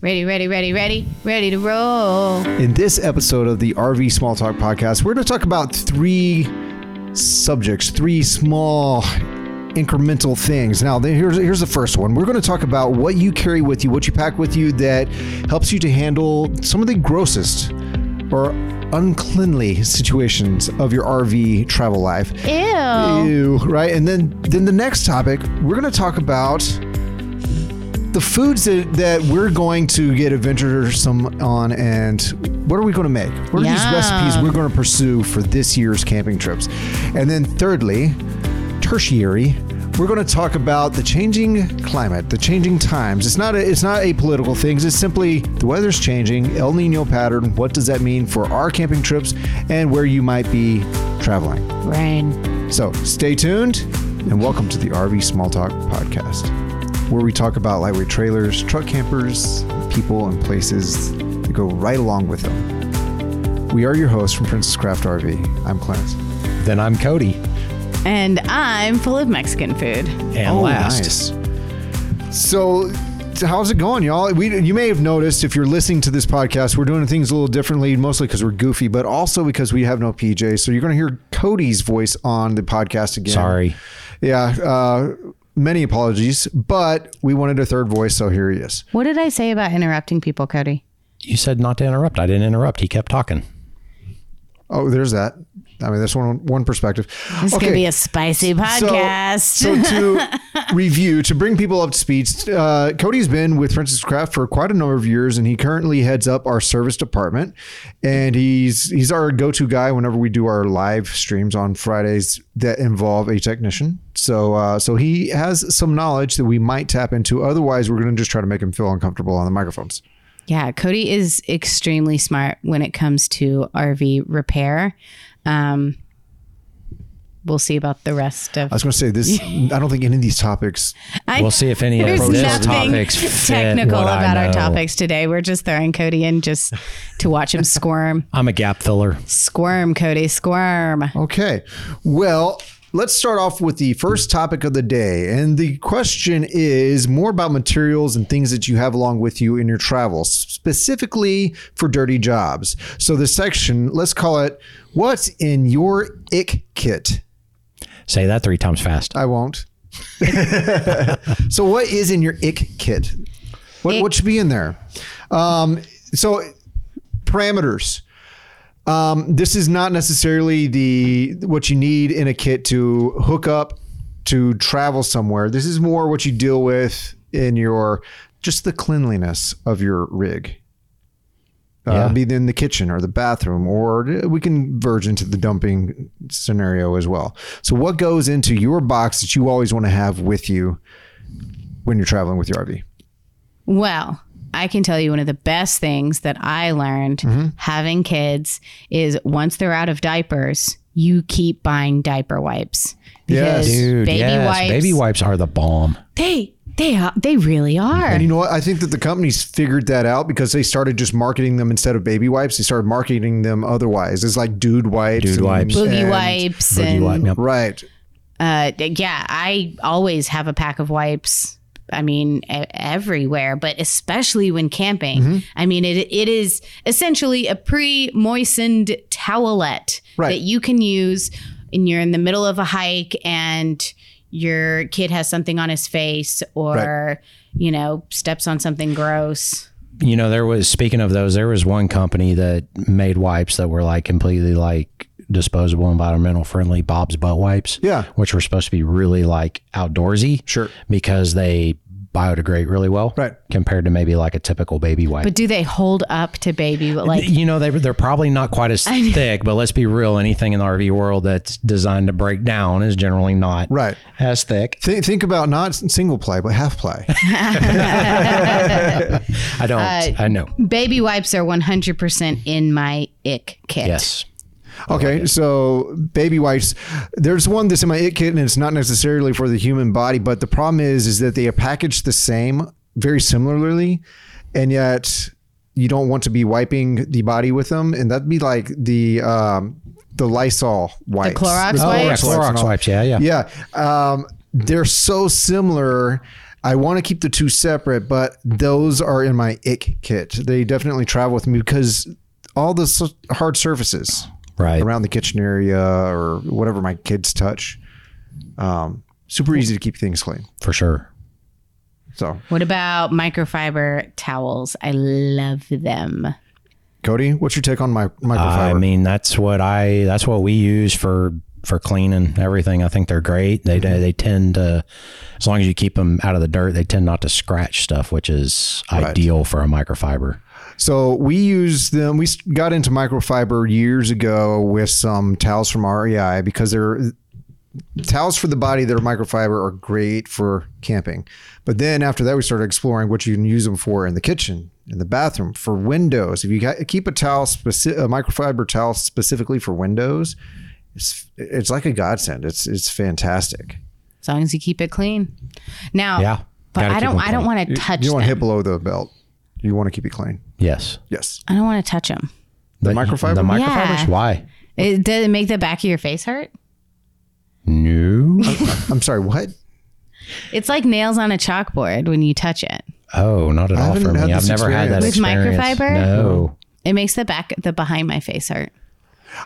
Ready, ready, ready, ready, ready to roll. In this episode of the RV Small Talk podcast, we're going to talk about three subjects, three small incremental things. Now, there- here's here's the first one. We're going to talk about what you carry with you, what you pack with you that helps you to handle some of the grossest or uncleanly situations of your RV travel life. Ew. Ew, right? And then then the next topic, we're going to talk about the foods that, that we're going to get adventuresome on and what are we going to make? What are Yum. these recipes we're going to pursue for this year's camping trips? And then thirdly, tertiary, we're going to talk about the changing climate, the changing times. It's not a, it's not a political things. It's simply the weather's changing, El Nino pattern. What does that mean for our camping trips and where you might be traveling? Rain. So stay tuned and welcome to the RV Small Talk podcast, where we talk about lightweight trailers, truck campers, people, and places that go right along with them. We are your hosts from Princess Craft RV. I'm Clarence. Then I'm Cody. And I'm full of Mexican food. And last, nice. So. so How's it going, y'all? We, you may have noticed if you're listening to this podcast, we're doing things a little differently, mostly because we're goofy, but also because we have no PJ. So you're going to hear Cody's voice on the podcast again. sorry. Yeah, uh, many apologies, but we wanted a third voice, so here he is. What did I say about interrupting people, Cody? You said not to interrupt. I didn't interrupt. He kept talking. Oh, there's that. I mean, that's one one perspective. This is gonna be a spicy podcast. So, so to review, to bring people up to speed, uh, Cody's been with Princess Craft for quite a number of years, and he currently heads up our service department. And he's he's our go-to guy whenever we do our live streams on Fridays that involve a technician. So uh, so he has some knowledge that we might tap into. Otherwise, we're going to just try to make him feel uncomfortable on the microphones. Yeah, Cody is extremely smart when it comes to RV repair. Um, we'll see about the rest of. I was going to say this. I don't think any of these topics. I- Uh, We'll see if any of There's those nothing topics fit technical what I about our know. topics today. We're just throwing Cody in just to watch him squirm, I'm a gap filler. squirm, Cody, squirm. Okay. Well, let's start off with the first topic of the day. And the question is more about materials and things that you have along with you in your travels, specifically for dirty jobs. So, the section, let's call it What's in Your Ick Kit? Say that three times fast. I won't. so, what is in your ick kit? What, what should be in there? Um, so, parameters. Um, this is not necessarily the what you need in a kit to hook up to travel somewhere. This is more what you deal with in your just the cleanliness of your rig. Uh, Yeah. Be in the kitchen or the bathroom, or we can verge into the dumping scenario as well. So, what goes into your box that you always want to have with you when you're traveling with your RV? Well, I can tell you one of the best things that I learned Mm-hmm. having kids is once they're out of diapers, you keep buying diaper wipes. Yes. Because Dude, baby yes. wipes. Baby wipes are the bomb. They they are, they really are. And you know what? I think that the companies figured that out because they started just marketing them instead of baby wipes. They started marketing them otherwise. It's like dude wipes, Dude and- wipes. Boogie and- wipes Boogie and wipe. Yep. Right. uh, yeah, I always have a pack of wipes. I mean, e- everywhere, but especially when camping. I mean, it it is essentially a pre-moistened towelette Right. that you can use, and you're in the middle of a hike, and your kid has something on his face, or you know, steps on something gross. You know, there was speaking of those, there was one company that made wipes that were like completely like disposable, environmental friendly Bob's butt wipes. Yeah. Which were supposed to be really like outdoorsy. Sure. Because they biodegrade really well. Right. Compared to maybe like a typical baby wipe. But do they hold up to baby? Like, you know they they're probably not quite as thick, but let's be real. Anything in the RV world that's designed to break down is generally not Right. as thick. Thi- think about not single ply, but half ply. I don't. Uh, I know. baby wipes are 100% in my ick kit. Yes. Okay, so baby wipes. There's one that's in my it kit, and it's not necessarily for the human body, but the problem is, is that they are packaged the same, very similarly, and yet you don't want to be wiping the body with them, and that'd be like the um, the Lysol wipes, Clorox The Oh, Oh, yeah, yeah, wipes? Clorox wipes. Yeah, yeah. Yeah, um, they're so similar. I want to keep the two separate, but those are in my ick kit. They definitely travel with me because all the s- hard surfaces Right. around the kitchen area or whatever my kids touch, um, super easy to keep things clean. For sure. So, What about microfiber towels? I love them. Cody, what's your take on my microfiber? I mean, that's what I that's what we use for for cleaning everything. I think they're great. They they tend to as long as you keep them out of the dirt, they tend not to scratch stuff, which is ideal for a microfiber. So we use them. We got into microfiber years ago with some towels from REI because they're towels for the body that are microfiber are great for camping. But then after that, we started exploring what you can use them for in the kitchen, in the bathroom, for windows. If you ca- keep a towel, speci- a microfiber towel specifically for windows, it's it's like a godsend. It's it's fantastic. As long as you keep it clean. Now, Yeah. but Gotta I keep don't. them I don't want to touch You don't them. want to hit below the belt. You want to keep it clean. Yes. Yes. I don't want to touch them. The, microfiber? The microfibers? Yeah. Why? It, does it make the back of your face hurt? No. I'm sorry. What? It's like nails on a chalkboard when you touch it. Oh, not at all haven't for had me. I've this never had that experience. With experience. microfiber? No. It makes the back, the behind my face hurt.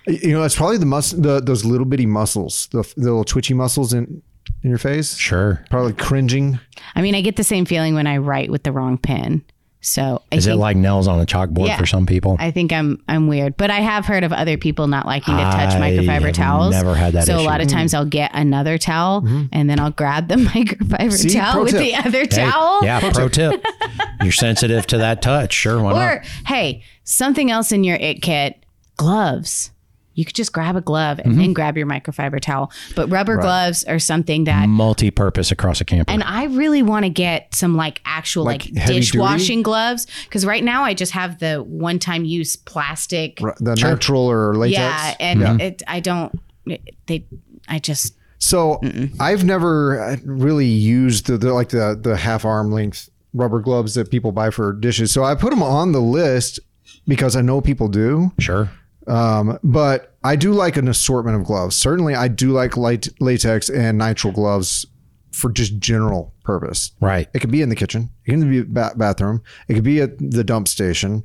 You know, it's probably the mus- the those little bitty muscles, the, the little twitchy muscles in in your face. Sure. Probably cringing. I mean, I get the same feeling when I write with the wrong pen. So I Is it think like nails on a chalkboard Yeah. for some people? I think I'm I'm weird, but I have heard of other people not liking to touch I microfiber have towels. never had that So a issue. Mm-hmm. lot of times I'll get another towel and then I'll grab the microfiber See, pro towel with tip. the other Hey, towel. Yeah, pro tip. You're sensitive to that touch. Sure, why Or not? hey, something else in your it kit, gloves. You could just grab a glove and Mm-hmm. then grab your microfiber towel. But rubber gloves are something that Multi purpose across a camper. And I really want to get some like actual like, Like heavy dishwashing gloves because right now I just have the one time use plastic. r- The natural or latex. Yeah, and it I don't it- they I just So I've never uh, really used the, the like the the half arm length rubber gloves that people buy for dishes. So I put them on the list because I know people do. sure. Um, but I do like an assortment of gloves. Certainly, I do like light, latex and nitrile gloves for just general purpose. Right. It could be in the kitchen. It can be ba- bathroom. It could be at the dump station,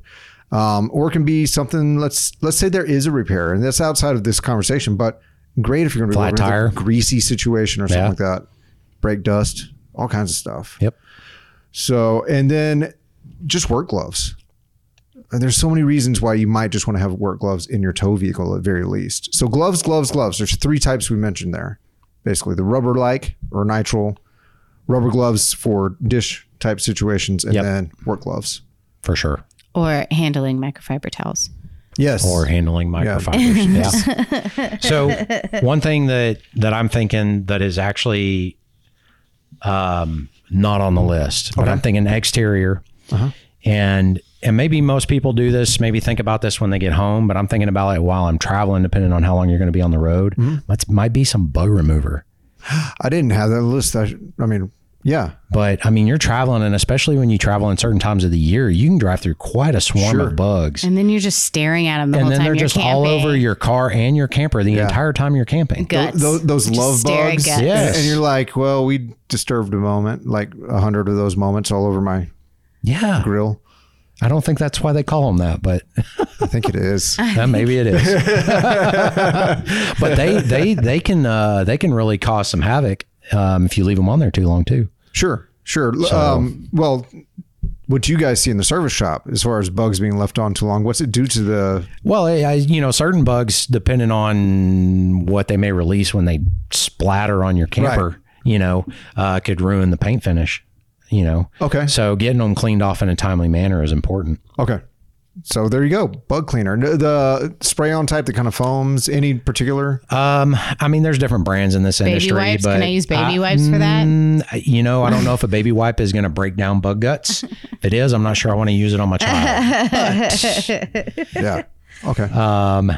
um, or it can be something. Let's let's say there is a repair, and that's outside of this conversation. But great if you're going to be Flat working with tire. a greasy situation or something Yeah. like that. Brake dust, all kinds of stuff. Yep. So and then just work gloves. And there's so many reasons why you might just want to have work gloves in your tow vehicle at very least. So gloves, gloves, gloves. There's three types we mentioned there. Basically, the rubber like or nitrile, rubber gloves for dish type situations, and Yep. then work gloves. For sure. or handling microfiber towels. Yes. Or handling microfibers. Yeah. so one thing that that I'm thinking that is actually um, not on the list, but I'm thinking exterior, Uh-huh. and and maybe most people do this. Maybe think about this when they get home, but I'm thinking about it while I'm traveling, depending on how long you're going to be on the road. Mm-hmm. That's might be some bug remover. I didn't have that list. I, should- I mean, yeah. But I mean, you're traveling, and especially when you travel in certain times of the year, you can drive through quite a swarm Sure. of bugs. And then you're just staring at them the And whole then time they're you're just camping. all over your car and your camper the entire time you're camping. guts. Those, those Just love stare at bugs. guts. Yeah. Yes. And you're like, well, we disturbed a moment, like a hundred of those moments all over my Yeah. grill. I don't think that's why they call them that, but I think it is. that maybe it is. but they they they can uh, they can really cause some havoc um, if you leave them on there too long too. Sure, sure. L- um, well, what you guys see in the service shop as far as bugs being left on too long, what's it do to the? Well, I, I, you know, certain bugs, depending on what they may release when they splatter on your camper, you know, uh, could ruin the paint finish. You know, Okay, so getting them cleaned off in a timely manner is important. okay. So there you go, bug cleaner. N- The spray-on type that kind of foams. Any particular? Um, I mean, there's different brands in this baby industry, wipes. but Can I use baby I- wipes for that? Mm, you know, I don't know if a baby wipe is going to break down bug guts. If it is, I'm not sure I want to use it on my child. Yeah. Okay. Uh,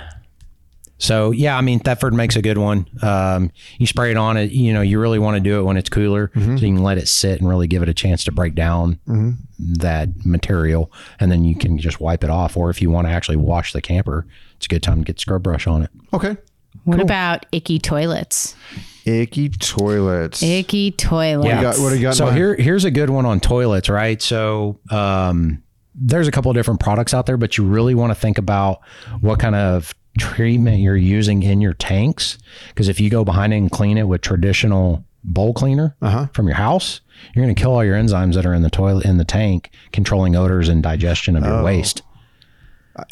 So yeah, I mean, Thetford makes a good one. Um, you spray it on it. You know, you really want to do it when it's cooler, so you can let it sit and really give it a chance to break down that material, and then you can just wipe it off. Or if you want to actually wash the camper, it's a good time to get scrub brush on it. okay. What about icky toilets? Icky toilets. Icky toilets. What do you got? What do you got in So mind? here, here's a good one on toilets, right? So um, there's a couple of different products out there, but you really want to think about what kind of treatment you're using in your tanks. Because if you go behind it and clean it with traditional bowl cleaner Uh-huh. from your house, you're going to kill all your enzymes that are in the toilet in the tank, controlling odors and digestion of Oh. your waste.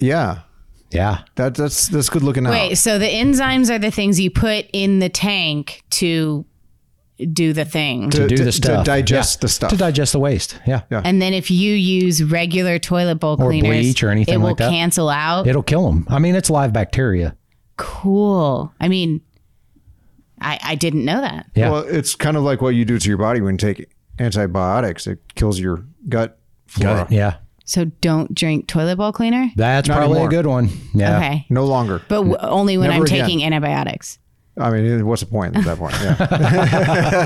Yeah. Yeah. That, that's that's good looking out. Wait, so the enzymes are the things you put in the tank to do the thing. To, do to- the stuff. To digest Yeah. the stuff. To digest the waste. Yeah. and then if you use regular toilet bowl Or cleaners, bleach or anything it will like that. cancel out. It'll kill them. I mean, it's live bacteria. cool. I mean, I I didn't know that. Yeah. Well, it's kind of like what you do to your body when you take antibiotics. It kills your gut flora. Gut, yeah. So don't drink toilet bowl cleaner. That's Not probably anymore. a good one. Yeah. Okay, No longer. but w- only when Never I'm again. taking antibiotics. I mean, what's the point at that point? Yeah.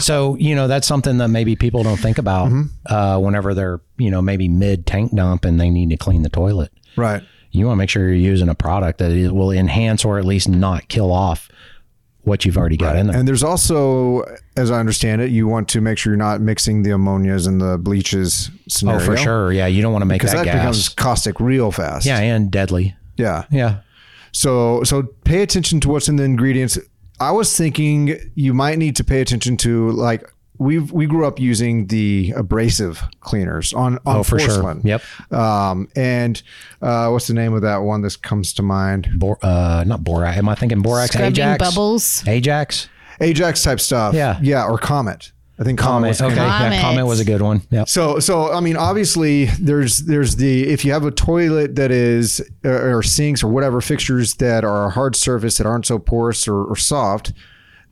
So, you know, that's something that maybe people don't think about uh, whenever they're, you know, maybe mid tank dump and they need to clean the toilet. right. You want to make sure you're using a product that it will enhance or at least not kill off what you've already got in there. And there's also, as I understand it, you want to make sure you're not mixing the ammonias and the bleaches oh, scenario. for sure. Yeah. You don't want to make that, Because that, gas. becomes caustic real fast. yeah. And deadly. Yeah. Yeah. So so pay attention to what's in the ingredients. I was thinking you might need to pay attention to like we've we grew up using the abrasive cleaners on on Oh, for porcelain. sure. Yep. Um, and uh, what's the name of that one that comes to mind? Bor- uh, not borax. Am I thinking borax? Scrubbing Ajax. bubbles. Ajax. Ajax type stuff. Yeah. Yeah. Or Comet. I think Comet. was Comment. the Okay. name. Yeah. Comment Comments. was a good one. Yep. So, so I mean, obviously, there's there's the if you have a toilet that is or, or sinks or whatever fixtures that are a hard surface that aren't so porous or, or soft,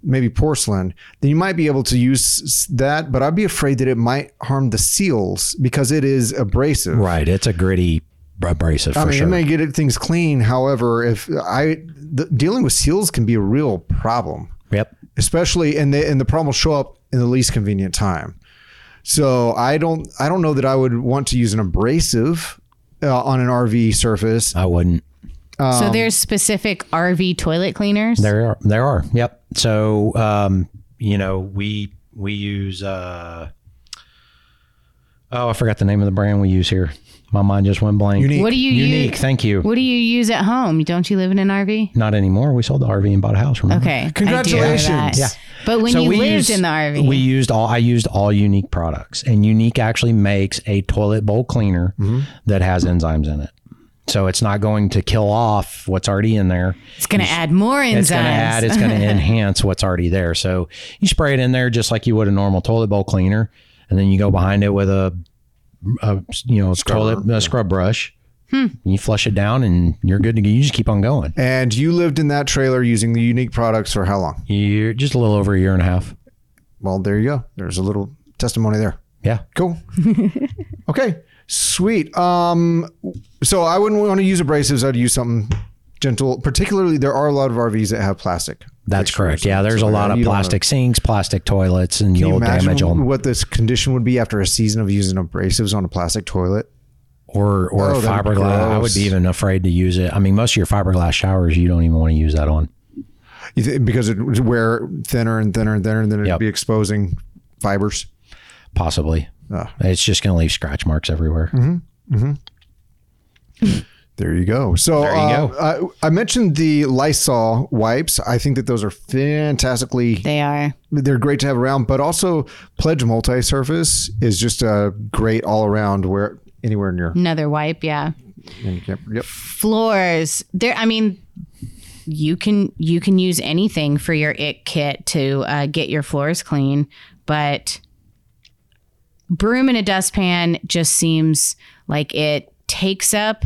maybe porcelain, then you might be able to use s- that. But I'd be afraid that it might harm the seals because it is abrasive. Right. It's a gritty abrasive for I mean, sure. it may get it- things clean. However, if I the, dealing with seals can be a real problem yep. especially and they and the problem will show up in the least convenient time so i don't i don't know that i would want to use an abrasive uh, on an rv surface I wouldn't. so there's specific RV toilet cleaners. Um, There are. There are. Yep. So, um, you know, we we use. Uh, oh, I forgot the name of the brand we use here. My mind just went blank. Unique. What do you Unique. use? Thank you. What do you use at home? Don't you live in an RV? Not anymore. We sold the RV and bought a house. Remember? Okay. I do know Congratulations. that. Yeah. But when you we lived used- in the RV, we used all. I used all Unique products, and Unique actually makes a toilet bowl cleaner that has enzymes in it. So it's not going to kill off what's already in there. it's going to add more enzymes. It's going to add, it's going to enhance what's already there. So you spray it in there just like you would a normal toilet bowl cleaner, and then you go behind it with a, a you know, toilet a scrub brush. You flush it down, and you're good to go. You just keep on going. and you lived in that trailer using the unique products for how long You're just a little over a year and a half. well there you go there's a little testimony there Yeah, cool okay sweet um so i wouldn't want to use abrasives i'd use something gentle particularly there are a lot of rvs that have plastic that's correct. Yeah, there's a So, lot yeah, of you don't wanna- plastic sinks, plastic toilets, Can and you you'll imagine damage them. what this condition would be after a season of using abrasives on a plastic toilet? Or or Oh, that'd be fiberglass. I would gross. be even afraid to use it. I mean, most of your fiberglass showers, you don't even want to use that on. You thi- because it would wear thinner and thinner and thinner, and then it'd Yep. be exposing fibers. Possibly. Ah. It's just going to leave scratch marks everywhere. Mm-hmm. There you go. So there you go. I, I mentioned the Lysol wipes. I think that those are fantastically. they are. They're great to have around, but also Pledge Multi-Surface is just a great all around where anywhere in your. Another wipe. Yeah. Yep. yep. floors there i mean you can you can use anything for your it kit to uh, get your floors clean but broom in a dustpan just seems like it takes up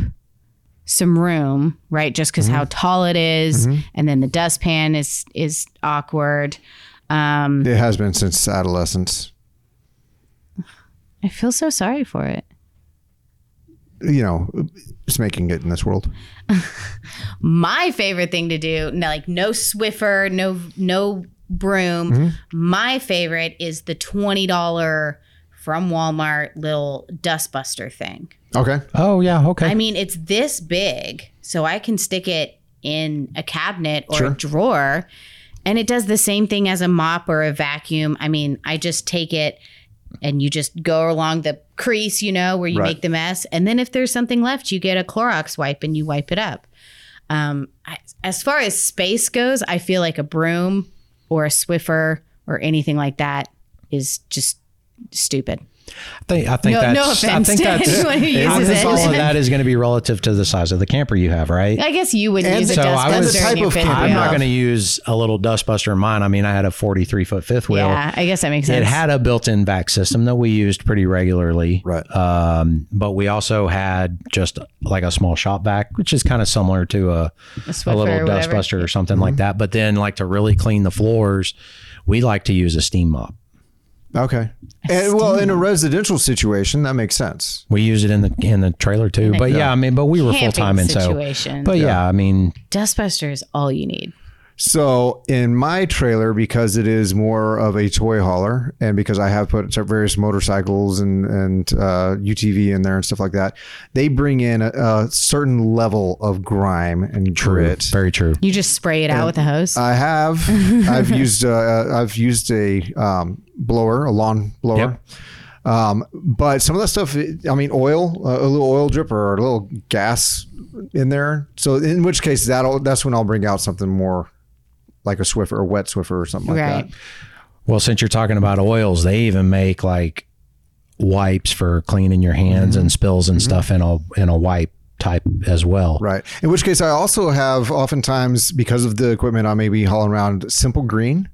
some room right just because how tall it is, and then the dustpan is is awkward um It has been since adolescence. i feel so sorry for it You know, it's making it in this world. my favorite thing to do no, like no swiffer no no broom my favorite is the $20 from walmart little dustbuster thing Okay. Oh yeah. Okay. i mean it's this big so i can stick it in a cabinet or Sure. a drawer. And it does the same thing as a mop or a vacuum. I mean, I just take it and you just go along the crease, you know, where you Right. make the mess. And then if there's something left, you get a Clorox wipe and you wipe it up. Um, I, as far as space goes, I feel like a broom or a Swiffer or anything like that is just stupid. I think, I think No- no that's. offense I think to that's. anyone who I uses think it. all of that is going to be relative to the size of the camper you have, right? I guess you would And use a so dust I was- duster in and the type your of fifth camera. I'm not wheel. going to use a little dustbuster in mine. I mean, I had a 43 foot fifth wheel. Yeah, I guess that makes It sense. had a built-in vac system that we used pretty regularly, Right. Um, but we also had just like a small shop vac, which is kind of similar to a, Swiffer a or little whatever. dustbuster or something like that. But then, like to really clean the floors, we like to use a steam mop. Okay. And, well, in a residential situation, that makes sense. We use it in the in the trailer too. But yeah, I mean, but we were full time, Camping and so. situation. But yeah, I mean, Dustbuster is all you need. So in my trailer, because it is more of a toy hauler, and because I have put various motorcycles and and uh, UTV in there and stuff like that, they bring in a, a certain level of grime and grit. very true. You just spray it out with a hose. I have. I've used. Uh, I've used a um, blower, a lawn blower. Um, but some of that stuff, I mean, oil, uh, a little oil dripper or a little gas in there. So in which case, that'll that's when I'll bring out something more like a Swiffer or wet Swiffer or something like right. that. Well, since you're talking about oils, they even make like wipes for cleaning your hands Mm-hmm. and spills and stuff in a in a wipe type as well. Right. In which case, I also have oftentimes because of the equipment, I may be hauling around simple green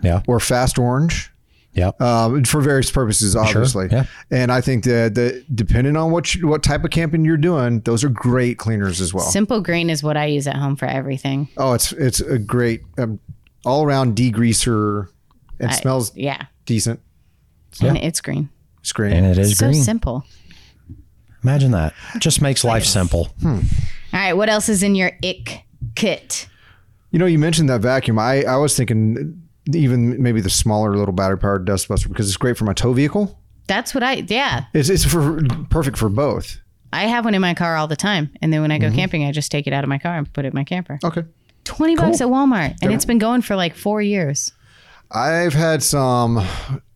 Yeah. or fast orange. Yep. um, for various purposes, obviously. yeah. And I think that, that depending on what you, what type of camping you're doing, those are great cleaners as well. Simple green is what I use at home for everything. oh, it's it's a great um, all around degreaser. It smells Yeah. decent. And it's green. It's great. and it is so green. simple. Imagine that. Just makes life simple. Mm-hmm. All right. What else is in your ick kit? You know, you mentioned that vacuum. I I was thinking even maybe the smaller little battery powered dustbuster because it's great for my tow vehicle. That's what I, yeah. It's it's for perfect for both. I have one in my car all the time. And then when I go camping, I just take it out of my car and put it in my camper. Okay. 20 bucks at Walmart. And it's been going for like four years. I've had some.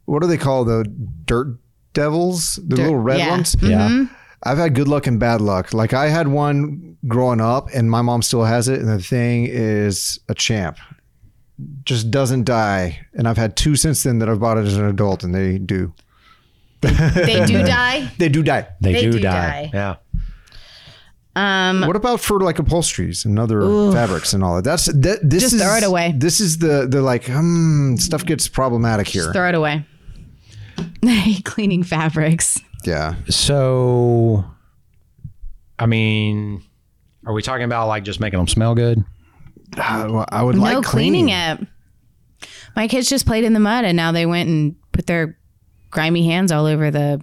What do they call the dirt devils? The little red yeah. ones. Yeah. I've had good luck and bad luck. Like I had one growing up, and my mom still has it, and the thing is a champ. Just doesn't die. And I've had two since then that I've bought it as an adult, and they do. They do die. They do die. They, They do, do die. die. Yeah. Um, what about for like upholsteries and other fabrics and all that? That's that. This Just is throw it away. This is the the like hmm stuff gets problematic here. Just throw it away. I hate cleaning fabrics. yeah. So, I mean, are we talking about like just making them smell good? Uh, well, I would no like cleaning it. My kids just played in the mud and now they went and put their grimy hands all over the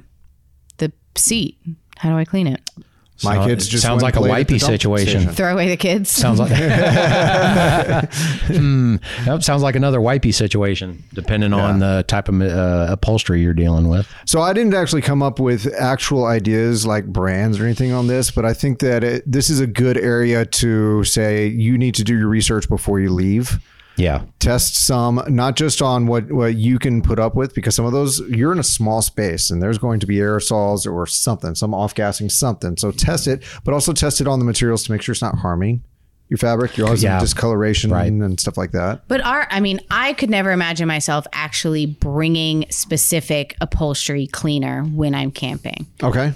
the seat. How do I clean it? My Sound- kids just sounds went like a and played at the wipey dump situation. station. Throw away the kids. Sounds like Hmm. Nope, sounds like another wipey situation, depending on the type of uh, upholstery you're dealing with. So I didn't actually come up with actual ideas like brands or anything on this, but I think that it, this is a good area to say you need to do your research before you leave. Yeah, Test some, not just on what, what you can put up with, because some of those you're in a small space and there's going to be aerosols or something, some off gassing something. So test it, but also test it on the materials to make sure it's not harming your fabric, your odds of Yeah. discoloration Right. and stuff like that. But our, I mean, I could never imagine myself actually bringing specific upholstery cleaner when I'm camping. Okay.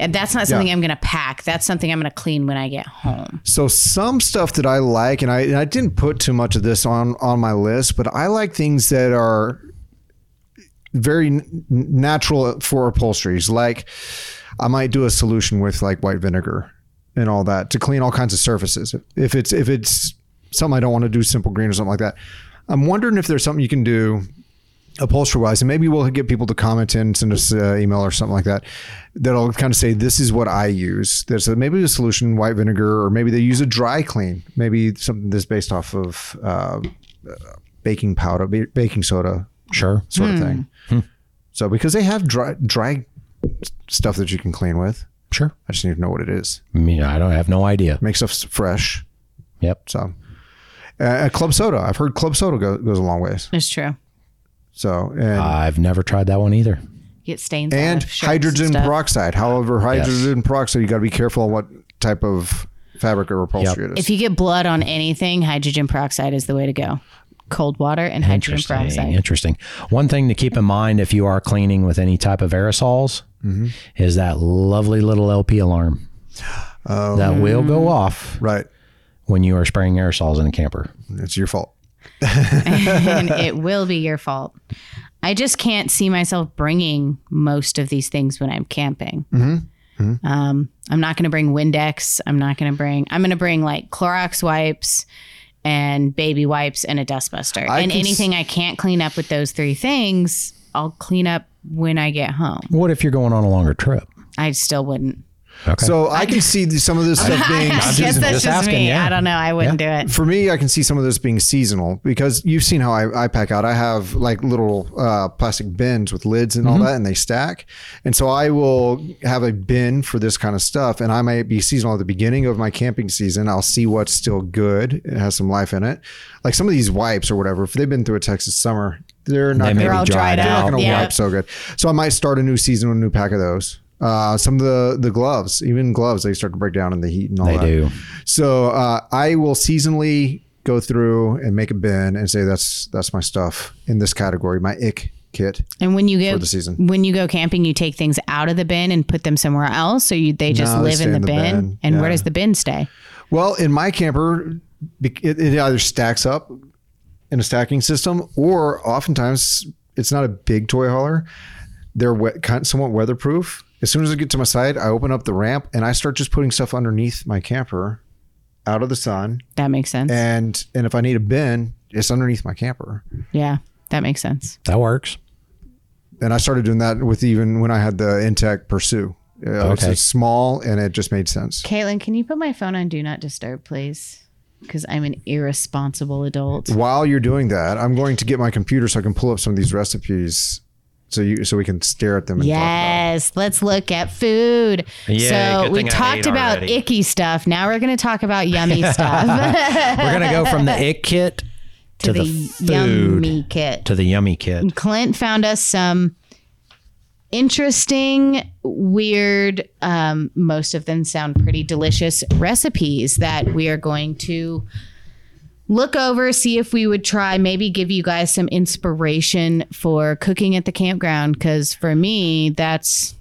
And that's not something Yeah. I'm going to pack. That's something I'm going to clean when I get home. So some stuff that I like, and I and I didn't put too much of this on on my list, but I like things that are very n- natural for upholsteries. Like I might do a solution with like white vinegar and all that to clean all kinds of surfaces. If it's if it's something I don't want to do, simple green or something like that. I'm wondering if there's something you can do upholstery wise, and maybe we'll get people to comment in, send us an email or something like that. That'll kind of say this is what I use. There's a, maybe a solution white vinegar, or maybe they use a dry clean. Maybe something that's based off of uh, baking powder, ba- baking soda, sure. sort of thing. Hmm. So because they have dry dry stuff that you can clean with, Sure. I just need to know what it is. I mean, I don't I have no idea. Make stuff s- fresh. Yep. So, uh, club soda. I've heard club soda go, goes a long ways. It's true. So, and, I've never tried that one either. Get stains out and of shirts hydrogen stuff. peroxide. However, hydrogen peroxide, you got to be careful on what type of fabric or upholstery it is. If you get blood on anything, hydrogen peroxide is the way to go. Cold water and hydrogen Interesting. peroxide. Interesting. One thing to keep in mind if you are cleaning with any type of aerosols Mm-hmm. is that lovely little LP alarm Oh, that will go off right. when you are spraying aerosols in a camper. It's your fault. and it will be your fault. I just can't see myself bringing most of these things when I'm camping. Mm-hmm. Um, I'm not going to bring Windex. I'm not going to bring, I'm going to bring like Clorox wipes and baby wipes and a dustbuster. I and can s- anything I can't clean up with those three things, I'll clean up when I get home. What if you're going on a longer trip? I still wouldn't. Okay. So I can see th- some of this stuff being I guess just- that's just just asking, me. yeah. I don't know. I wouldn't do it. for me. I can see some of this being seasonal because you've seen how I, I pack out. I have like little uh, plastic bins with lids and Mm-hmm. all that, and they stack. And so I will have a bin for this kind of stuff, and I might be seasonal at the beginning of my camping season. I'll see what's still good. It has some life in it. Like some of these wipes or whatever. If they've been through a Texas summer, they're not. They gonna may They're be all dried dried they're not out. out. going to Yeah. wipe so good. So I might start a new season with a new pack of those. Uh, some of the the gloves, even gloves, they start to break down in the heat and all They that. do. So uh, I will seasonally go through and make a bin and say that's that's my stuff in this category, my ick kit. And when you go For the season. when you go camping, you take things out of the bin and put them somewhere else, so you they just No, they live stay in the, in the bin. bin. And where Yeah. does the bin stay? Well, in my camper, be- it, it either stacks up in a stacking system, or oftentimes it's not a big toy hauler. They're wet, kind somewhat weatherproof. As soon as I get to my side, I open up the ramp and I start just putting stuff underneath my camper, out of the sun, That makes sense. and and if I need a bin, it's underneath my camper. yeah, that makes sense. That works. and I started doing that with even when I had the Intech Pursue. Uh, It's Okay. just small and it just made sense. Caitlin, can you put my phone on Do Not Disturb, please? Because I'm an irresponsible adult. While you're doing that, I'm going to get my computer so I can pull up some of these recipes, so you so we can stare at them. And Yes, let's look at food. Yay, so good we thing I talked ate about already. icky stuff. Now we're going to talk about yummy stuff We're going to go from the ick kit to to, the, food yummy kit. to the yummy kit. Clint found us some interesting, weird, um, most of them sound pretty delicious recipes that we are going to look over, see if we would try, maybe give you guys some inspiration for cooking at the campground. Because for me, that's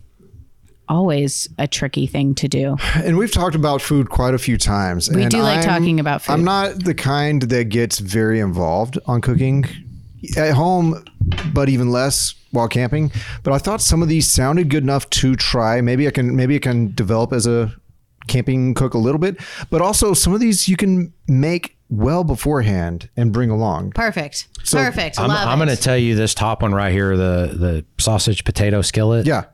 always a tricky thing to do. talk. And we've talked about food quite a few times. We and do like I'm- talking about food. I'm not the kind that gets very involved on cooking at home, but even less while camping. But I thought some of these sounded good enough to try. Maybe I can maybe I can develop as a camping cook a little bit. But also some of these you can make well beforehand and bring along. Perfect. Perfect. I'm, Love I'm it. going to tell you this top one right here the the sausage potato skillet. Yeah.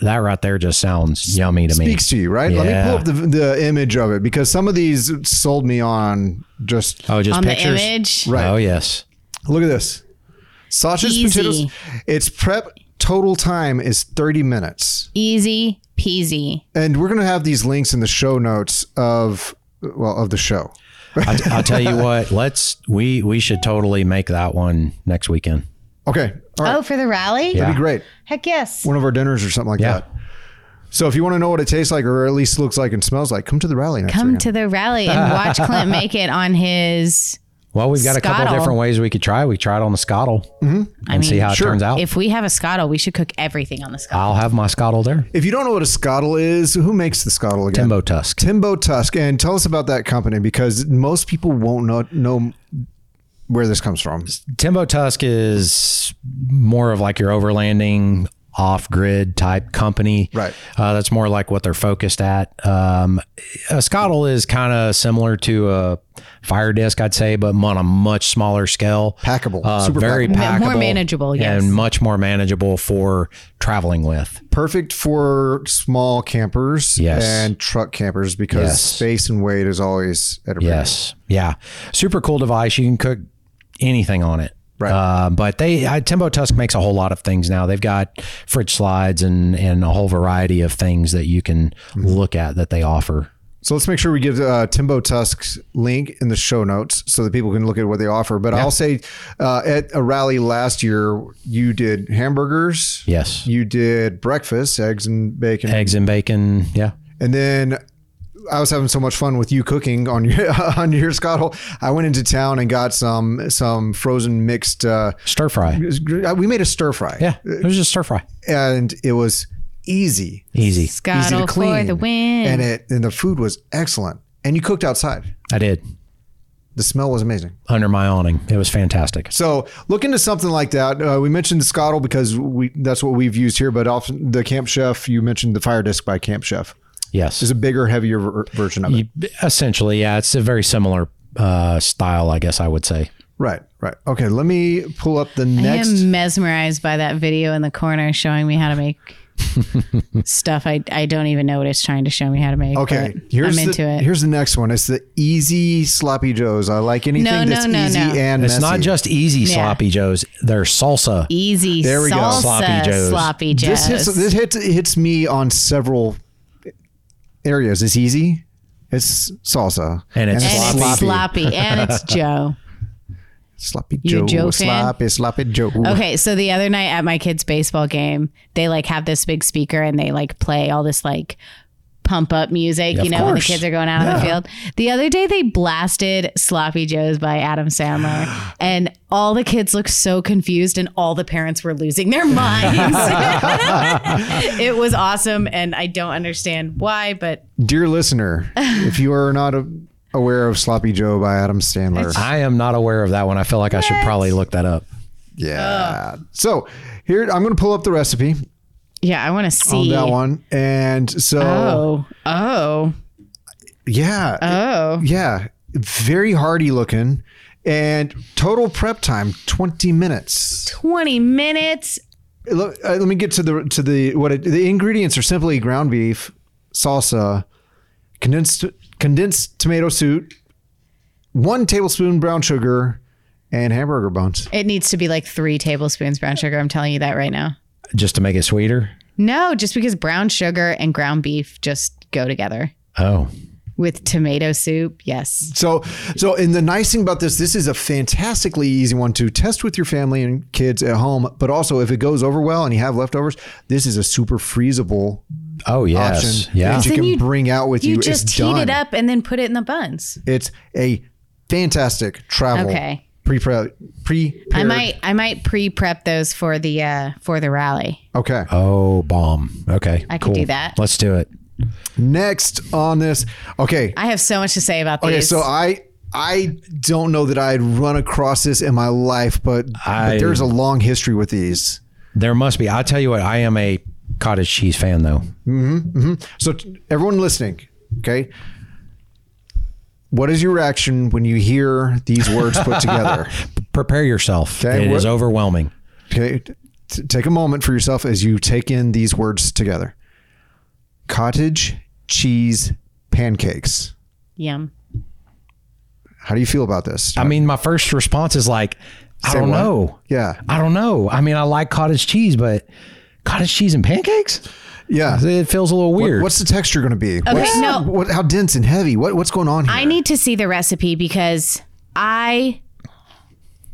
That right there just sounds yummy to me. Speaks to you, right? Let me Yeah. pull up the, the image of it because some of these sold me on just Oh, just on pictures. the image. Right. Oh yes. Look at this. Sausage Easy. potatoes. Its prep total time is 30 minutes. Easy peasy. And we're going to have these links in the show notes of well of the show. I, I'll tell you what. Let's we we should totally make that one next weekend. Okay. All right. Oh, for the rally? That'd be great. Heck yes. One of our dinners or something like Yeah. that. So if you want to know what it tastes like or at least looks like and smells like, come to the rally next come weekend. to the rally and watch Clint make it on his. Well, we've got a couple Scottle. different ways we could try. We could try it on the scottle and see how sure. it turns out. If we have a scottle, we should cook everything on the scottle. I'll have my scottle there. if you don't know what a scottle is, who makes the scottle again? Timbo tusk. Timbo Tusk, and tell us about that company because most people won't know, know where this comes from. Timbo tusk is more of like your overlanding off-grid type company. Right. Uh, that's more like what they're focused at. Um, a scottle is kind of similar to a fire disc, I'd say, but on a much smaller scale. Packable, Uh, super very packable. packable. More manageable, yes. And much more manageable for traveling with. perfect for small campers Yes. and truck campers because Yes. space and weight is always at a premium. Yes. Yeah. Super cool device. You can cook anything on it. Right. Uh, but they uh, Timbo Tusk makes a whole lot of things now. They've got Mm-hmm. fridge slides and and a whole variety of things that you can look at that they offer. So let's make sure we give uh, Timbo Tusk's link in the show notes so that people can look at what they offer. But I'll say uh, at a rally last year, you did hamburgers. Yes. You did breakfast, eggs and bacon. Eggs and bacon. Yeah. And then I was having so much fun with you cooking on your on your scuttle. I went into town and got some some frozen mixed. Uh, Stir fry. we made a stir fry. Yeah. It was just stir fry. and it was easy, Easy. easy to Scottle clean, for the win. And it and the food was excellent. And you cooked outside. I did The smell was amazing. under my awning. It was fantastic. So look into something like that. Uh, we mentioned Scottle because we that's what we've used here, but often the Camp Chef, you mentioned the Fire Disc by Camp Chef. Yes. It's a bigger, heavier ver- version of it. Essentially, yeah. It's a very similar uh, style, I guess I would say. Right, right. Okay, let me pull up the I next. am mesmerized by that video in the corner showing me how to make stuff I, I don't even know what it's trying to show me how to make. Okay, but here's I'm into the, it. Here's the next one. It's the easy sloppy joes. I like anything No, that's no, no, easy no. and It's not messy. just easy sloppy joes. They're salsa. Easy There we go. salsa Sloppy Joes. sloppy this jazz. hits this hits, hits me on several areas. It's easy. It's salsa And it's and it's sloppy and it's Joe. sloppy You Joe, a Joe fan? sloppy, sloppy Joe. Okay, so the other night at my kids' baseball game, they like have this big speaker and they like play all this like pump up music, Yeah, you of know, when the course. kids are going out on the field. The other day they blasted Sloppy Joes by Adam Sandler and all the kids looked so confused and all the parents were losing their minds. it was awesome and I don't understand why, but Dear listener, if you are not a, aware of Sloppy Joe by Adam Sandler, I am not aware of that one. I feel like I should probably look that up. yeah. So here I'm going to pull up the recipe yeah, I want to on see. that one, and so Oh, oh, yeah, oh. yeah, very hearty looking, and total prep time 20 minutes. 20 minutes. Look, uh, let me get to the to the what it, the ingredients are simply ground beef, salsa, condensed condensed tomato soup, one tablespoon brown sugar, and hamburger buns. It needs to be like three tablespoons brown sugar. I'm telling you that right now. Just to make it sweeter. No, just because brown sugar and ground beef just go together Oh. with tomato soup. Yes. So, so and the nice thing about this, this is a fantastically easy one to test with your family and kids at home. But also, if it goes over well and you have leftovers, this is a super freezable Oh yes. option Yeah. that you Then can you- bring out with you. You just it's heat done. it up and then put it in the buns. It's a fantastic travel Okay. pre pre. I might I might pre-prep those for the uh for the rally. Okay. Oh, bomb. Okay. I could cool. do that. Let's do it. Next on this. Okay. I have so much to say about these. Okay. So I I don't know that I'd run across this in my life, but, I- but there's a long history with these. There must be. I'll tell you what, I am a cottage cheese fan though. So t- everyone listening, okay. What is your reaction when you hear these words put together? Prepare yourself. It Okay, is what- overwhelming. Okay. T- take a moment for yourself as you take in these words together. Cottage cheese pancakes. yum. How do you feel about this? I mean, my first response is like, I Say don't what? know. Yeah. I don't know. I mean, I like cottage cheese, but cottage cheese and pancakes? Yeah. It feels a little What- weird. what's the texture going to be? Okay, what's, no. What, how dense and heavy? What, what's going on here? I need to see the recipe because I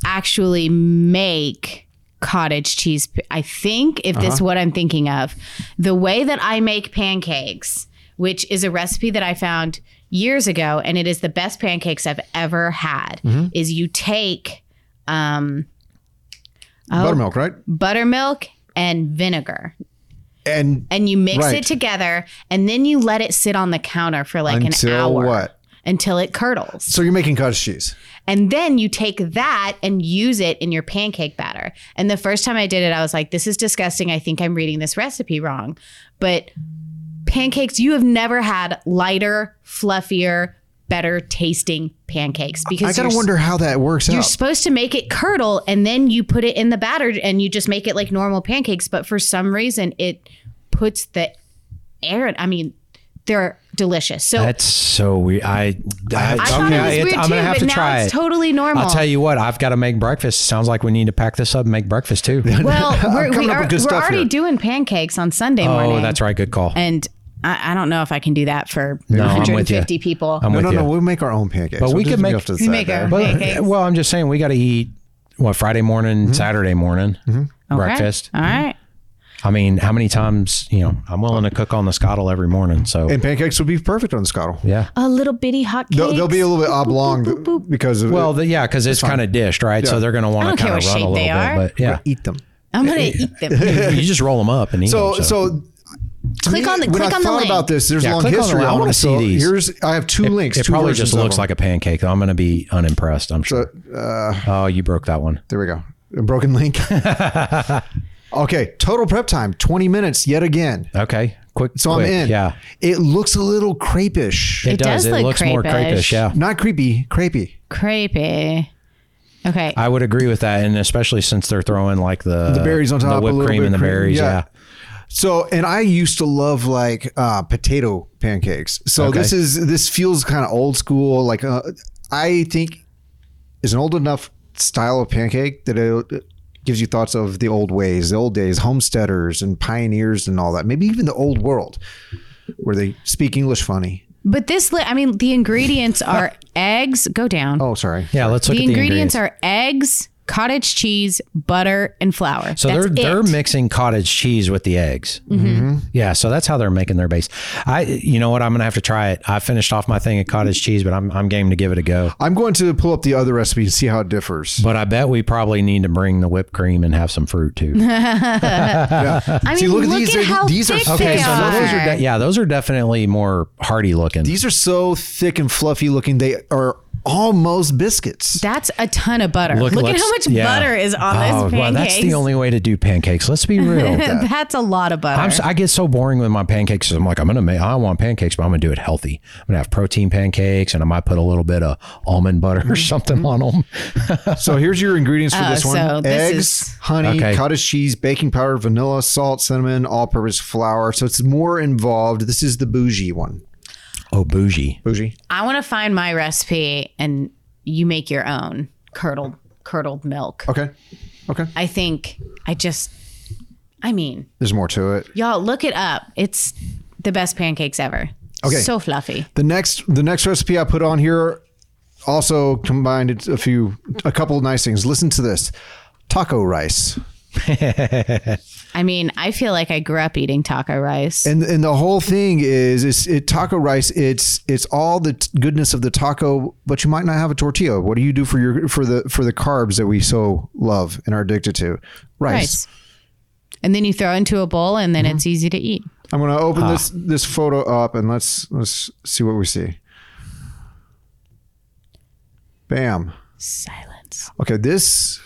actually make cottage cheese. p- I think if Uh-huh. this is what I'm thinking of, the way that I make pancakes, which is a recipe that I found years ago, and it is the best pancakes I've ever had, Mm-hmm. is you take um, Oh. Buttermilk, right? buttermilk and vinegar And and you mix Right. it together and then you let it sit on the counter for like Until an hour what? until it curdles so you're making cottage cheese. And then you take that and use it in your pancake batter. And the first time I did it, I was like, this is disgusting. I think I'm reading this recipe wrong. But pancakes, you have never had lighter, fluffier, better tasting pancakes I because gotta you're, wonder how that works you're out. supposed to make it curdle and then you put it in the batter and you just make it like normal pancakes. But for some reason, it puts the air, I mean, they're delicious. So That's so weird. I, I, I thought it was it's- weird too, I'm gonna have but to now try it's it. totally normal. I'll tell you what, I've got to make breakfast. Sounds like we need to pack this up and make breakfast too. Well, we're, we coming up are, with good we're stuff already here. doing pancakes on Sunday oh, morning. that's right. Good call. And I, I don't know if I can do that for No, I'm with you. 150 people. I'm No, with no, you. no. We'll make our own pancakes. But we just could leave make- off to the We side make our there. own pancakes. But, well, I'm just saying we got to eat what Friday morning, Mm-hmm. Saturday morning, Okay. breakfast. All right. I mean, how many times you know I'm willing to cook on the scottle every morning. So And pancakes would be perfect on the scuttle. yeah. A little bitty hot cake. They'll, they'll be a little bit oblong because of Well, the, yeah, because it's kind of dished, right? So they're going to I want don't to care what kind of run a shape little they bit, are. but yeah, eat them. I'm gonna eat them. you just roll them up and eat So, them. so to Click on the- when click I on the thought link. about this, there's Yeah, long click on the history. link. I on wanna it. see So these. Here's I have two links. it two probably versions just of looks them. like a pancake. though. I'm going to be unimpressed. I'm sure. uh, oh, you broke that one. There we go. A broken link. okay, total prep time 20 minutes yet again. Okay, quick. So quick. I'm in. Yeah, It looks a little crepish. it, It does. does It look looks more crepe-ish. crepish. Yeah, Not creepy, crepey. Creepy. Okay. I would agree with that, and especially since they're throwing like the The berries on top, the a whipped little cream bit and the cream. berries. Yeah. Yeah. So, and I used to love like uh, potato pancakes. So Okay. this is this feels kind of old school. Like uh, I think is an old enough style of pancake that it gives you thoughts of the old ways, the old days, homesteaders and pioneers and all that. Maybe even the old world where they speak English funny. But this, li- I mean, the ingredients are eggs. Go down. Oh, sorry. Yeah, let's the, look at the ingredients, are eggs, cottage cheese, butter, and flour. So That's they're they're it. Mm-hmm. mixing cottage cheese with the eggs. Mm-hmm. Yeah, so that's how they're making their base. I, you know what? I'm gonna have to try it. I finished off my thing at cottage cheese, but I'm I'm game to give it a go. I'm going to pull up the other recipe and see how it differs. But I bet we probably need to bring the whipped cream and have some fruit too. I mean, See, look look, at these. at They're- how these are thick so- they Okay, so are. those are de- yeah, those are definitely more hearty looking. These are so thick and fluffy looking. They are almost biscuits. That's a ton of butter. Look, at let's- how much yeah. butter is on Oh, this pancake. Well, that's the only way to do pancakes. Let's be real. that's a lot of butter. I'm, s- I get so boring with my pancakes. 'cause I'm like, I'm gonna make. I want pancakes, but I'm gonna do it healthy. I'm gonna have protein pancakes, and I might put a little bit of almond butter Mm-hmm. or something on them. So here's your ingredients for Oh, this one: so this eggs, is- honey, Okay. cottage cheese, baking powder, vanilla, salt, cinnamon, all-purpose flour. So it's more involved. This is the bougie one. Oh, bougie. Bougie. I want to find my recipe and you make your own curdled curdled milk. Okay. Okay. I think I just I mean, There's more to it. y'all look it up. It's the best pancakes ever. Okay. So fluffy. The next, the next recipe I put on here also combined a few, a couple of nice things. Listen to this: taco rice. I mean, I feel like I grew up eating taco rice. And and the whole thing is is it taco rice. It's it's all the t- goodness of the taco, but you might not have a tortilla. What do you do for your for the for the carbs that we so love and are addicted to? Rice. rice. And then you throw into a bowl and then it's easy to eat. I'm gonna open this this photo up and let's let's see what we see. Bam. Silence. Okay, this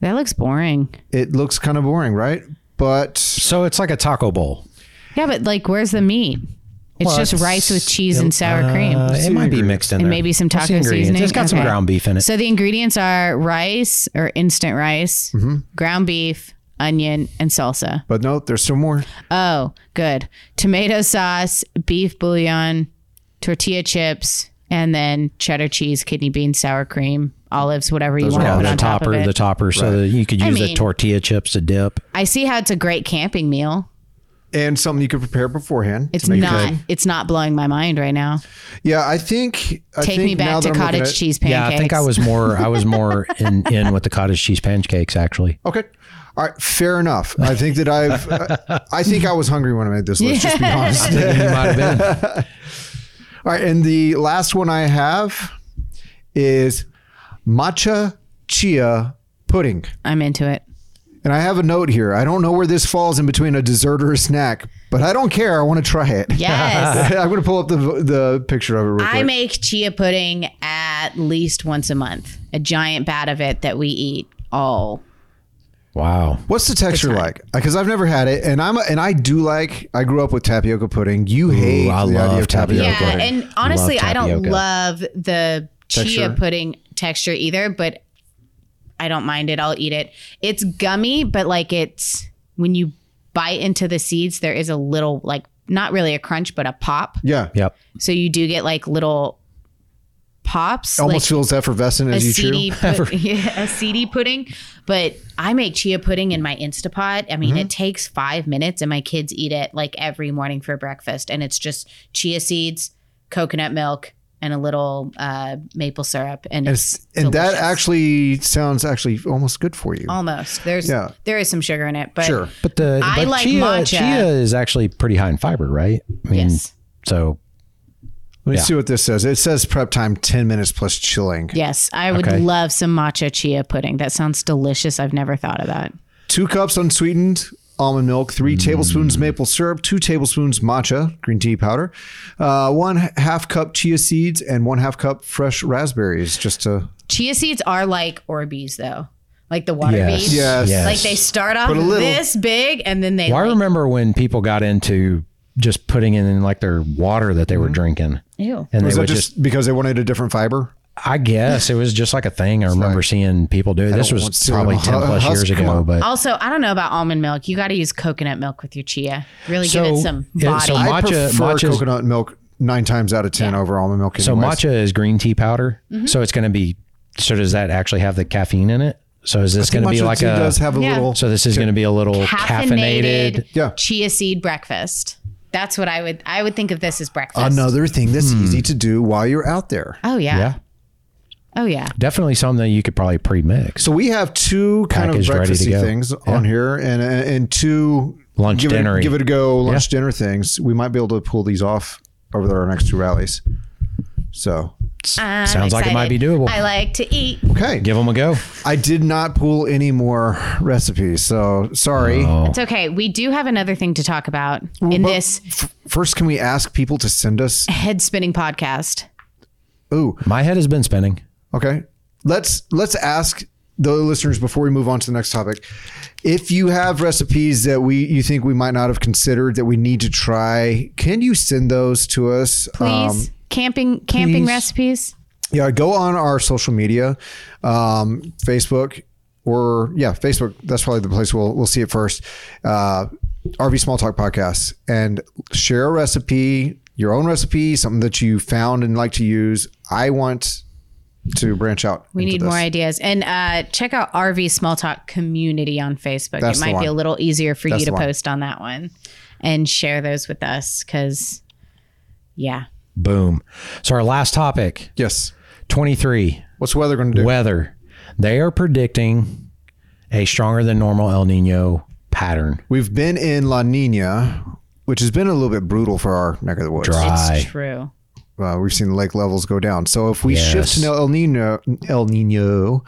That looks boring. it looks kind of boring, right? But So it's like a taco bowl. Yeah, but like where's the meat? It's Well, just it's- rice with cheese and sour cream. Uh, it might be ingredient. mixed in and there. maybe some What's the taco ingredients? seasoning. It's got some Okay. ground beef in it. So the ingredients are rice or instant rice, Mm-hmm. ground beef, onion, and salsa. but no, there's still more. Oh, good. Tomato sauce, beef bouillon, tortilla chips, and then cheddar cheese, kidney beans, sour cream, olives, whatever you want yeah, to put the on top of topper, it. the topper, so that you could I use the mean- tortilla chips to dip. I see how it's a great camping meal. And something you could prepare beforehand. to It's make it not. good. It's not blowing my mind right now. Yeah, I think. I Take think me back now that to I'm looking cottage at it- cheese Yeah, pancakes. I think I was more. I was more in, in with the cottage cheese pancakes actually. Okay. All right. Fair enough. I think that I've. I- I think I was hungry when I made this list. Just be honest. You might have been. All right. And the last one I have is matcha chia pudding. I'm into it. And I have a note here. I don't know where this falls in between a dessert or a snack, but I don't care. I want to try it. Yes. I'm going to pull up the the picture of it real quick. I make chia pudding at least once a month, a giant bat of it that we eat all. Wow. What's the texture like? Because I've never had it, and I'm a, and I do like. I grew up with tapioca pudding. You hate I the idea love of tapioca, Yeah, pudding. and honestly, Love I don't tapioca. love the chia Texture? pudding texture either, but I don't mind it. I'll eat it. It's gummy, but like it's when you bite into the seeds, there is a little like not really a crunch, but a pop. yeah, Yep. So you do get like little pops. Almost like feels effervescent a as you chew. seedy, put- yeah, a seedy pudding. But I make chia pudding in my Instapot. I mean, Mm-hmm. it takes five minutes, and my kids eat it like every morning for breakfast. And it's just chia seeds, coconut milk, and a little uh, maple syrup. And, And, it's s- and that delicious. actually sounds actually almost good for you. almost there's Yeah. there is some sugar in it, but Sure. But the I but like chia, matcha. chia is actually pretty high in fiber, right? I mean, Mm. Yes. So Let me Yeah. see what this says. It says prep time 10 minutes plus chilling. Yes, I would Okay. love some matcha chia pudding. That sounds delicious. I've never thought of that. Two cups unsweetened almond milk, three tablespoons maple syrup, two tablespoons matcha, green tea powder, uh, one half cup chia seeds, and one half cup fresh raspberries. Just to Chia seeds are like Orbeez, though, like the water Yes. bees. Yes. Yes. Like they start off Put a little- this big and then they. well, I like- remember when people got into just putting in like their water that they Mm-hmm. were drinking, Ew. and was they that would just, just, because they wanted a different fiber? I guess it was just like a thing. I remember seeing people do it. This don't was want to. probably ten plus Hus- years come ago, on. but Also, I don't know about almond milk. You got to use coconut milk with your chia. Really give So, it some yeah, body. so I Matcha- prefer matcha's- coconut milk nine times out of 10 over almond milk. so anyways. matcha is green tea powder. Mm-hmm. So it's going to be. So does that actually have the caffeine in it? So is this going to be Matcha like tea a? does have a Yeah. little. so this is going to be a little caffeinated, caffeinated. Yeah. chia seed breakfast. That's what I would. I would think of this as breakfast. Another thing that's Hmm. easy to do while you're out there. Oh yeah. Yeah, Oh yeah. definitely something that you could probably pre-mix. So we have two kind Packaged, of ready to breakfasty go. things on here, and and two Lunch, give dinner-y. it, give it a go lunch dinner things. We might be able to pull these off over our next two rallies. So I'm Sounds like it might excited. be doable. I like to eat. okay, Give them a go. I did not pull any more recipes, so sorry. Oh. It's okay. We do have another thing to talk about in but- this First, can we ask people to send us? head spinning podcast. Ooh, My head has been spinning. Okay. Let's let's ask the listeners before we move on to the next topic. If you have recipes that we you think we might not have considered that we need to try, can you send those to us? Um, Please, camping camping please. recipes. yeah, go on our social media, um, Facebook or yeah, Facebook. That's probably the place we'll we'll see it first. Uh, RV Small Talk podcast and share a recipe, your own recipe, something that you found and like to use. I want to branch out. We into need this. more ideas. And uh, check out RV Small Talk Community on Facebook. That's it the might be one. a little easier for That's you to the one. post on that one and share those with us because, yeah. Boom. So our last topic, Yes. 23, What's the weather going to do? weather. They are predicting a stronger than normal El Nino pattern. We've been in La Nina, which has been a little bit brutal for our neck of the woods. It's Dry. true. Uh, we've seen lake levels go down. So if we shift Yes. to El Nino, El Nino,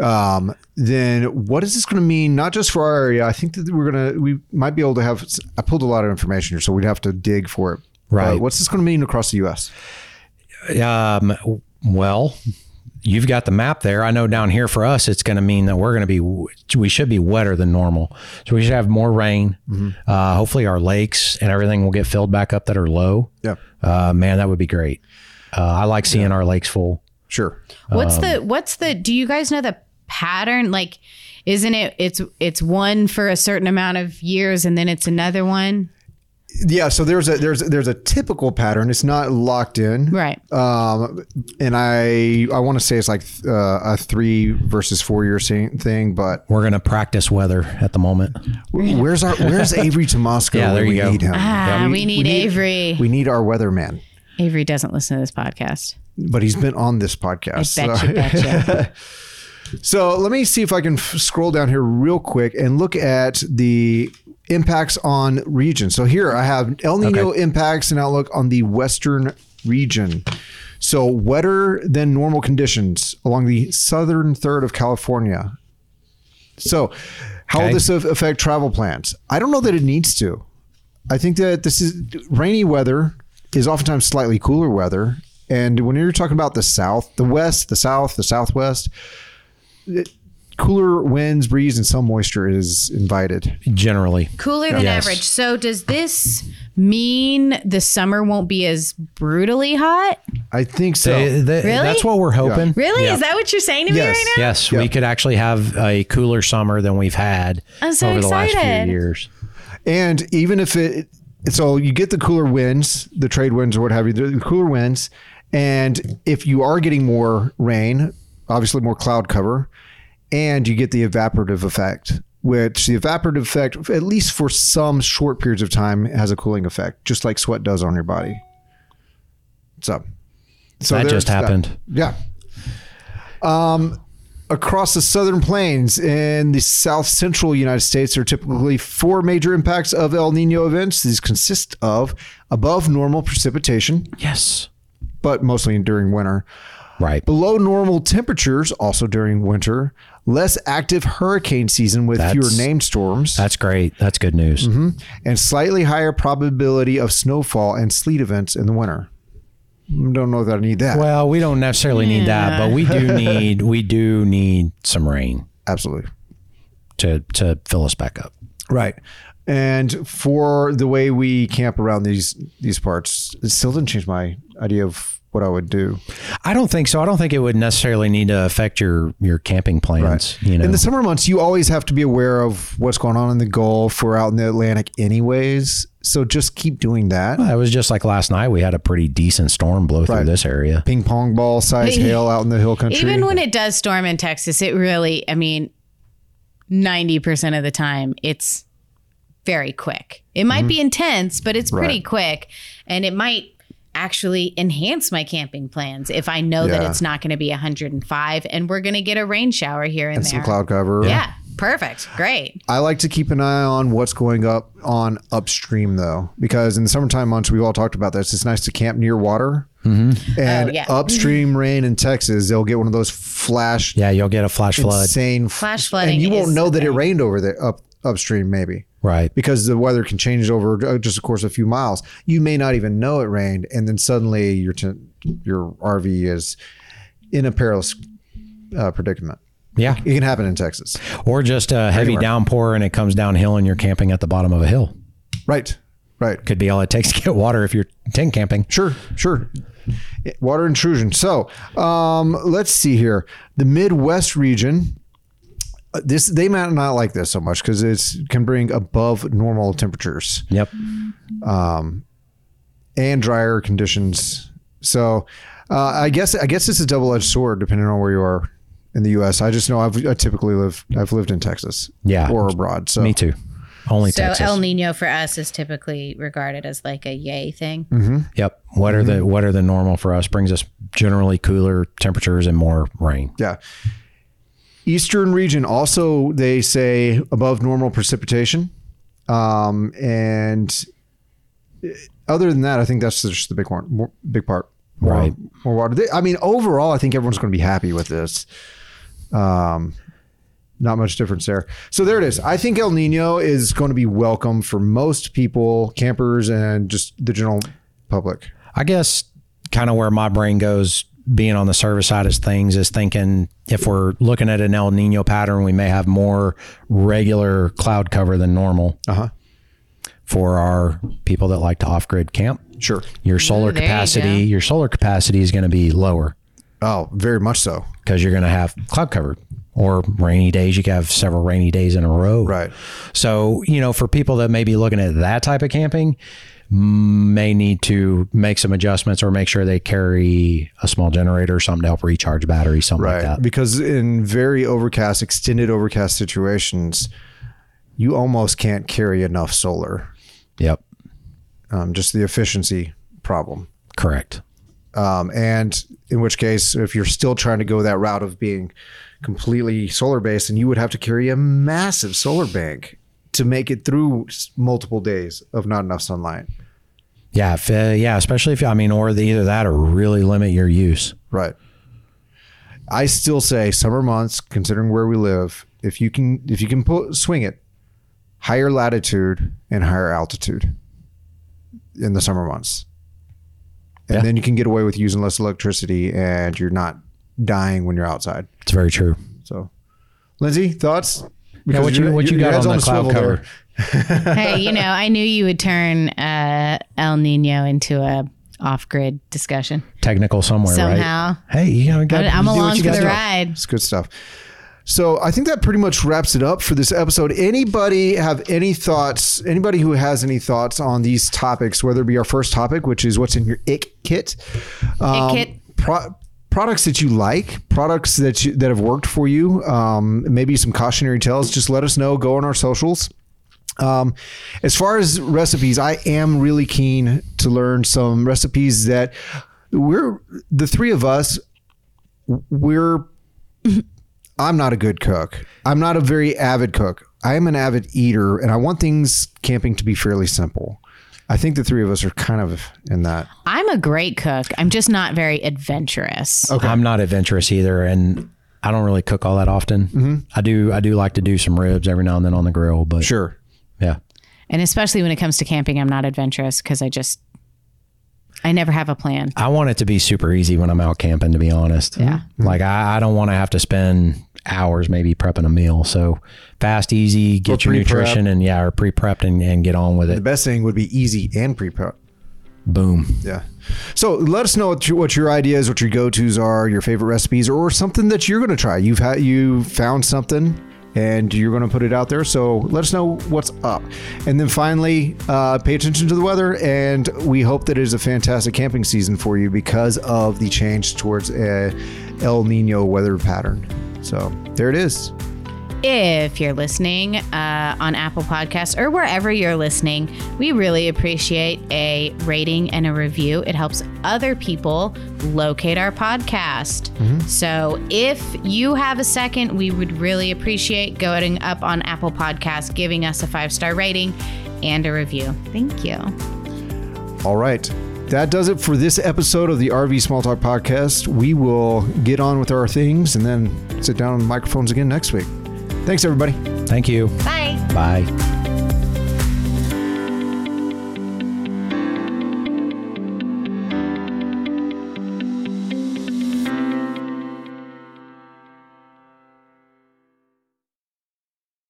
um, then what is this going to mean? Not just for our area. I think that we're gonna we might be able to have. I pulled a lot of information here, so we'd have to dig for it. Right. But what's this going to mean across the U.S.? Um, well, you've got the map there. I know down here for us, it's going to mean that we're going to be, we should be wetter than normal. So we should have more rain. Uh, hopefully our lakes and everything will get filled back up that are low. Yeah. Uh, man, that would be great. Uh, I like seeing our lakes full. Sure. What's the um, what's the do you guys know the pattern? Like, isn't it it's it's one for a certain amount of years and then it's another one? Yeah. So there's a there's there's a typical pattern. It's not locked in. Right. um, and I I want to say it's like uh, a three versus four year sa- thing, but We're going to practice weather at the moment. w- where's our where's Avery Tomasco? Yeah, there when you we go. Need him. Ah, we, need Avery. We need our weatherman, Avery doesn't listen to this podcast. but he's been on this podcast. Bet so. you, bet you. So let me see if I can f- scroll down here real quick and look at the impacts on region. So here I have El Nino impacts and outlook on the western region. So wetter than normal conditions along the southern third of California. So how Okay. will this a- affect travel plans? I don't know that it needs to. I think that this is rainy weather is oftentimes slightly cooler weather. And when you're talking about the south, the west, the south, the southwest, cooler winds, breeze, and some moisture is invited. Generally. cooler than Yes. average. So does this mean the summer won't be as brutally hot? I think so. They- they- Really? That's what we're hoping. Really? Yeah. Is that what you're saying to me Yes. right now? Yes, Yeah. we could actually have a cooler summer than we've had I'm so over the last excited. few years. and even if it, so you get the cooler winds, the trade winds or what have you, the cooler winds, And if you are getting more rain, obviously more cloud cover, and you get the evaporative effect, which the evaporative effect, at least for some short periods of time, has a cooling effect, just like sweat does on your body. So, so That there's just happened. Yeah. Um, across the southern plains and the south central United States, there are typically four major impacts of El Nino events. These consist of above normal precipitation, Yes. but mostly during winter, Right. below normal temperatures, also during winter, less active hurricane season with That's- fewer named storms, That's great. That's good news. Mm-hmm. and slightly higher probability of snowfall and sleet events in the winter. Don't know that I need that. Well, we don't necessarily need that, but we do need we do need some rain Absolutely. to to fill us back up. Right. And for the way we camp around these these parts, it still didn't change my idea of what I would do. I don't think so. I don't think it would necessarily need to affect your your camping plans. You know, In the summer months, you always have to be aware of what's going on in the Gulf or out in the Atlantic, anyways. So just keep doing that. it was just like last night. We had a pretty decent storm blow through Right. this area. Ping pong ball size Hey. hail out in the hill country. Even when it does storm in Texas, it really, I mean, 90% of the time, it's very quick. It might be intense, but it's pretty Mm-hmm. Right. quick. And it might actually enhance my camping plans if I know that Yeah. it's not going to be 105 and we're going to get a rain shower here and, and there. some cloud cover. Yeah. Perfect. Great. I like to keep an eye on what's going up on upstream though, because in the summertime months we've all talked about this. It's nice to camp near water, and Oh, yeah. upstream rain in Texas, they'll get one of those flash Yeah, you'll get a flash flood. insane Flash flooding and you won't is know that the it thing. rained over there up upstream maybe Right. because the weather can change over uh, just of course a few miles. You may not even know it rained, and then suddenly your tent, your RV is in a perilous uh, predicament. Yeah. It can happen in Texas, Or just a heavy Anywhere. downpour and it comes downhill and you're camping at the bottom of a hill. right? Right. Could be all it takes to get water if you're tent camping. Sure, sure. Water intrusion. So um, let's see here. The Midwest region. uh, This they might not like this so much because it's can bring above normal temperatures Yep. and drier conditions. So uh, I guess I guess it's a double edged sword depending on where you are in the U.S. I just know I've I typically live I've lived in Texas Yeah. or abroad. So Me too. Only So Texas. El Nino for us is typically regarded as like a yay thing. yep. What are the what are the normal for us? Brings us generally cooler temperatures and more rain. Yeah. Eastern region also they say above normal precipitation, um, and uh, other than that, I think that's just the big one, more, big part. More, Right. More water. They- I mean, overall, I think everyone's going to be happy with this. Um, not much difference there. So there it is. I think El Nino is going to be welcome for most people, campers, and just the general public. I guess kind of where my brain goes being on the service side of things is thinking if we're looking at an El Nino pattern, we may have more regular cloud cover than normal Uh-huh. for our people that like to off grid camp. Sure. Your solar Mm, there you capacity, go. your solar capacity is going to be lower Oh, very much so. because you're going to have cloud cover or rainy days. You can have several rainy days in a row. Right. So, you know, for people that may be looking at that type of camping, mm, may need to make some adjustments or make sure they carry a small generator or something to help recharge batteries, something Right. like that. Because in very overcast, extended overcast situations, you almost can't carry enough solar. Yep. Um, just the efficiency problem. Correct. Um, and in which case, if you're still trying to go that route of being completely solar based, then you would have to carry a massive solar bank to make it through s- multiple days of not enough sunlight. Yeah. If, uh, yeah. Especially if, I mean, or the, either that or really limit your use. Right. I still say summer months, considering where we live, if you can if you can pull, swing it, higher latitude and higher altitude in the summer months. And Yeah. then you can get away with using less electricity and you're not dying when you're outside. It's very true. So Lindsay, thoughts? what you- your- what you your got head's on the cloud swivel cover? there. hey, you know, I knew you would turn uh, El Nino into a off-grid discussion Technical somewhere, somehow. right? Hey, you know, you got, I'm you do what along you for gotta the do. ride. It's good stuff. So I think that pretty much wraps it up for this episode. Anybody have any thoughts? Anybody who has any thoughts on these topics, whether it be our first topic, which is what's in your ick kit, um, kit. pro- products that you like, products that you, that have worked for you, um, maybe some cautionary tales. Just let us know. Go on our socials. Um, as far as recipes, I am really keen to learn some recipes that we're the three of us. We're I'm not a good cook. I'm not a very avid cook. I am an avid eater, and I want things camping to be fairly simple. I think the three of us are kind of in that. I'm a great cook. I'm just not very adventurous. I'm not adventurous either, and I don't really cook all that often. I do. I do like to do some ribs every now and then on the grill, but Mm-hmm. Sure. yeah, And especially when it comes to camping, I'm not adventurous because I just, I never have a plan. I want it to be super easy when I'm out camping. To be honest, yeah, Mm-hmm. like I, I don't want to have to spend hours maybe prepping a meal. So fast, easy, get Or your pre-prep. nutrition and yeah, or pre-prepped and, and get on with The it. best thing would be easy and pre-prep. Boom. Yeah. So let us know what your, what your ideas, what your go-tos are, your favorite recipes, or something that you're going to try. You've had you found something, and you're going to put it out there. So let us know what's up, and then finally, uh, pay attention to the weather. And we hope that it is a fantastic camping season for you because of the change towards a El Nino weather pattern. So there it is. If you're listening uh, on Apple Podcasts or wherever you're listening, we really appreciate a rating and a review. It helps other people locate our podcast. So if you have a second, we would really appreciate going up on Apple Podcasts, giving us a five star rating and a review. Thank you. All right. That does it for this episode of the RV Small Talk Podcast. We will get on with our things and then sit down on microphones again next week. Thanks, everybody. Thank you. Bye. Bye.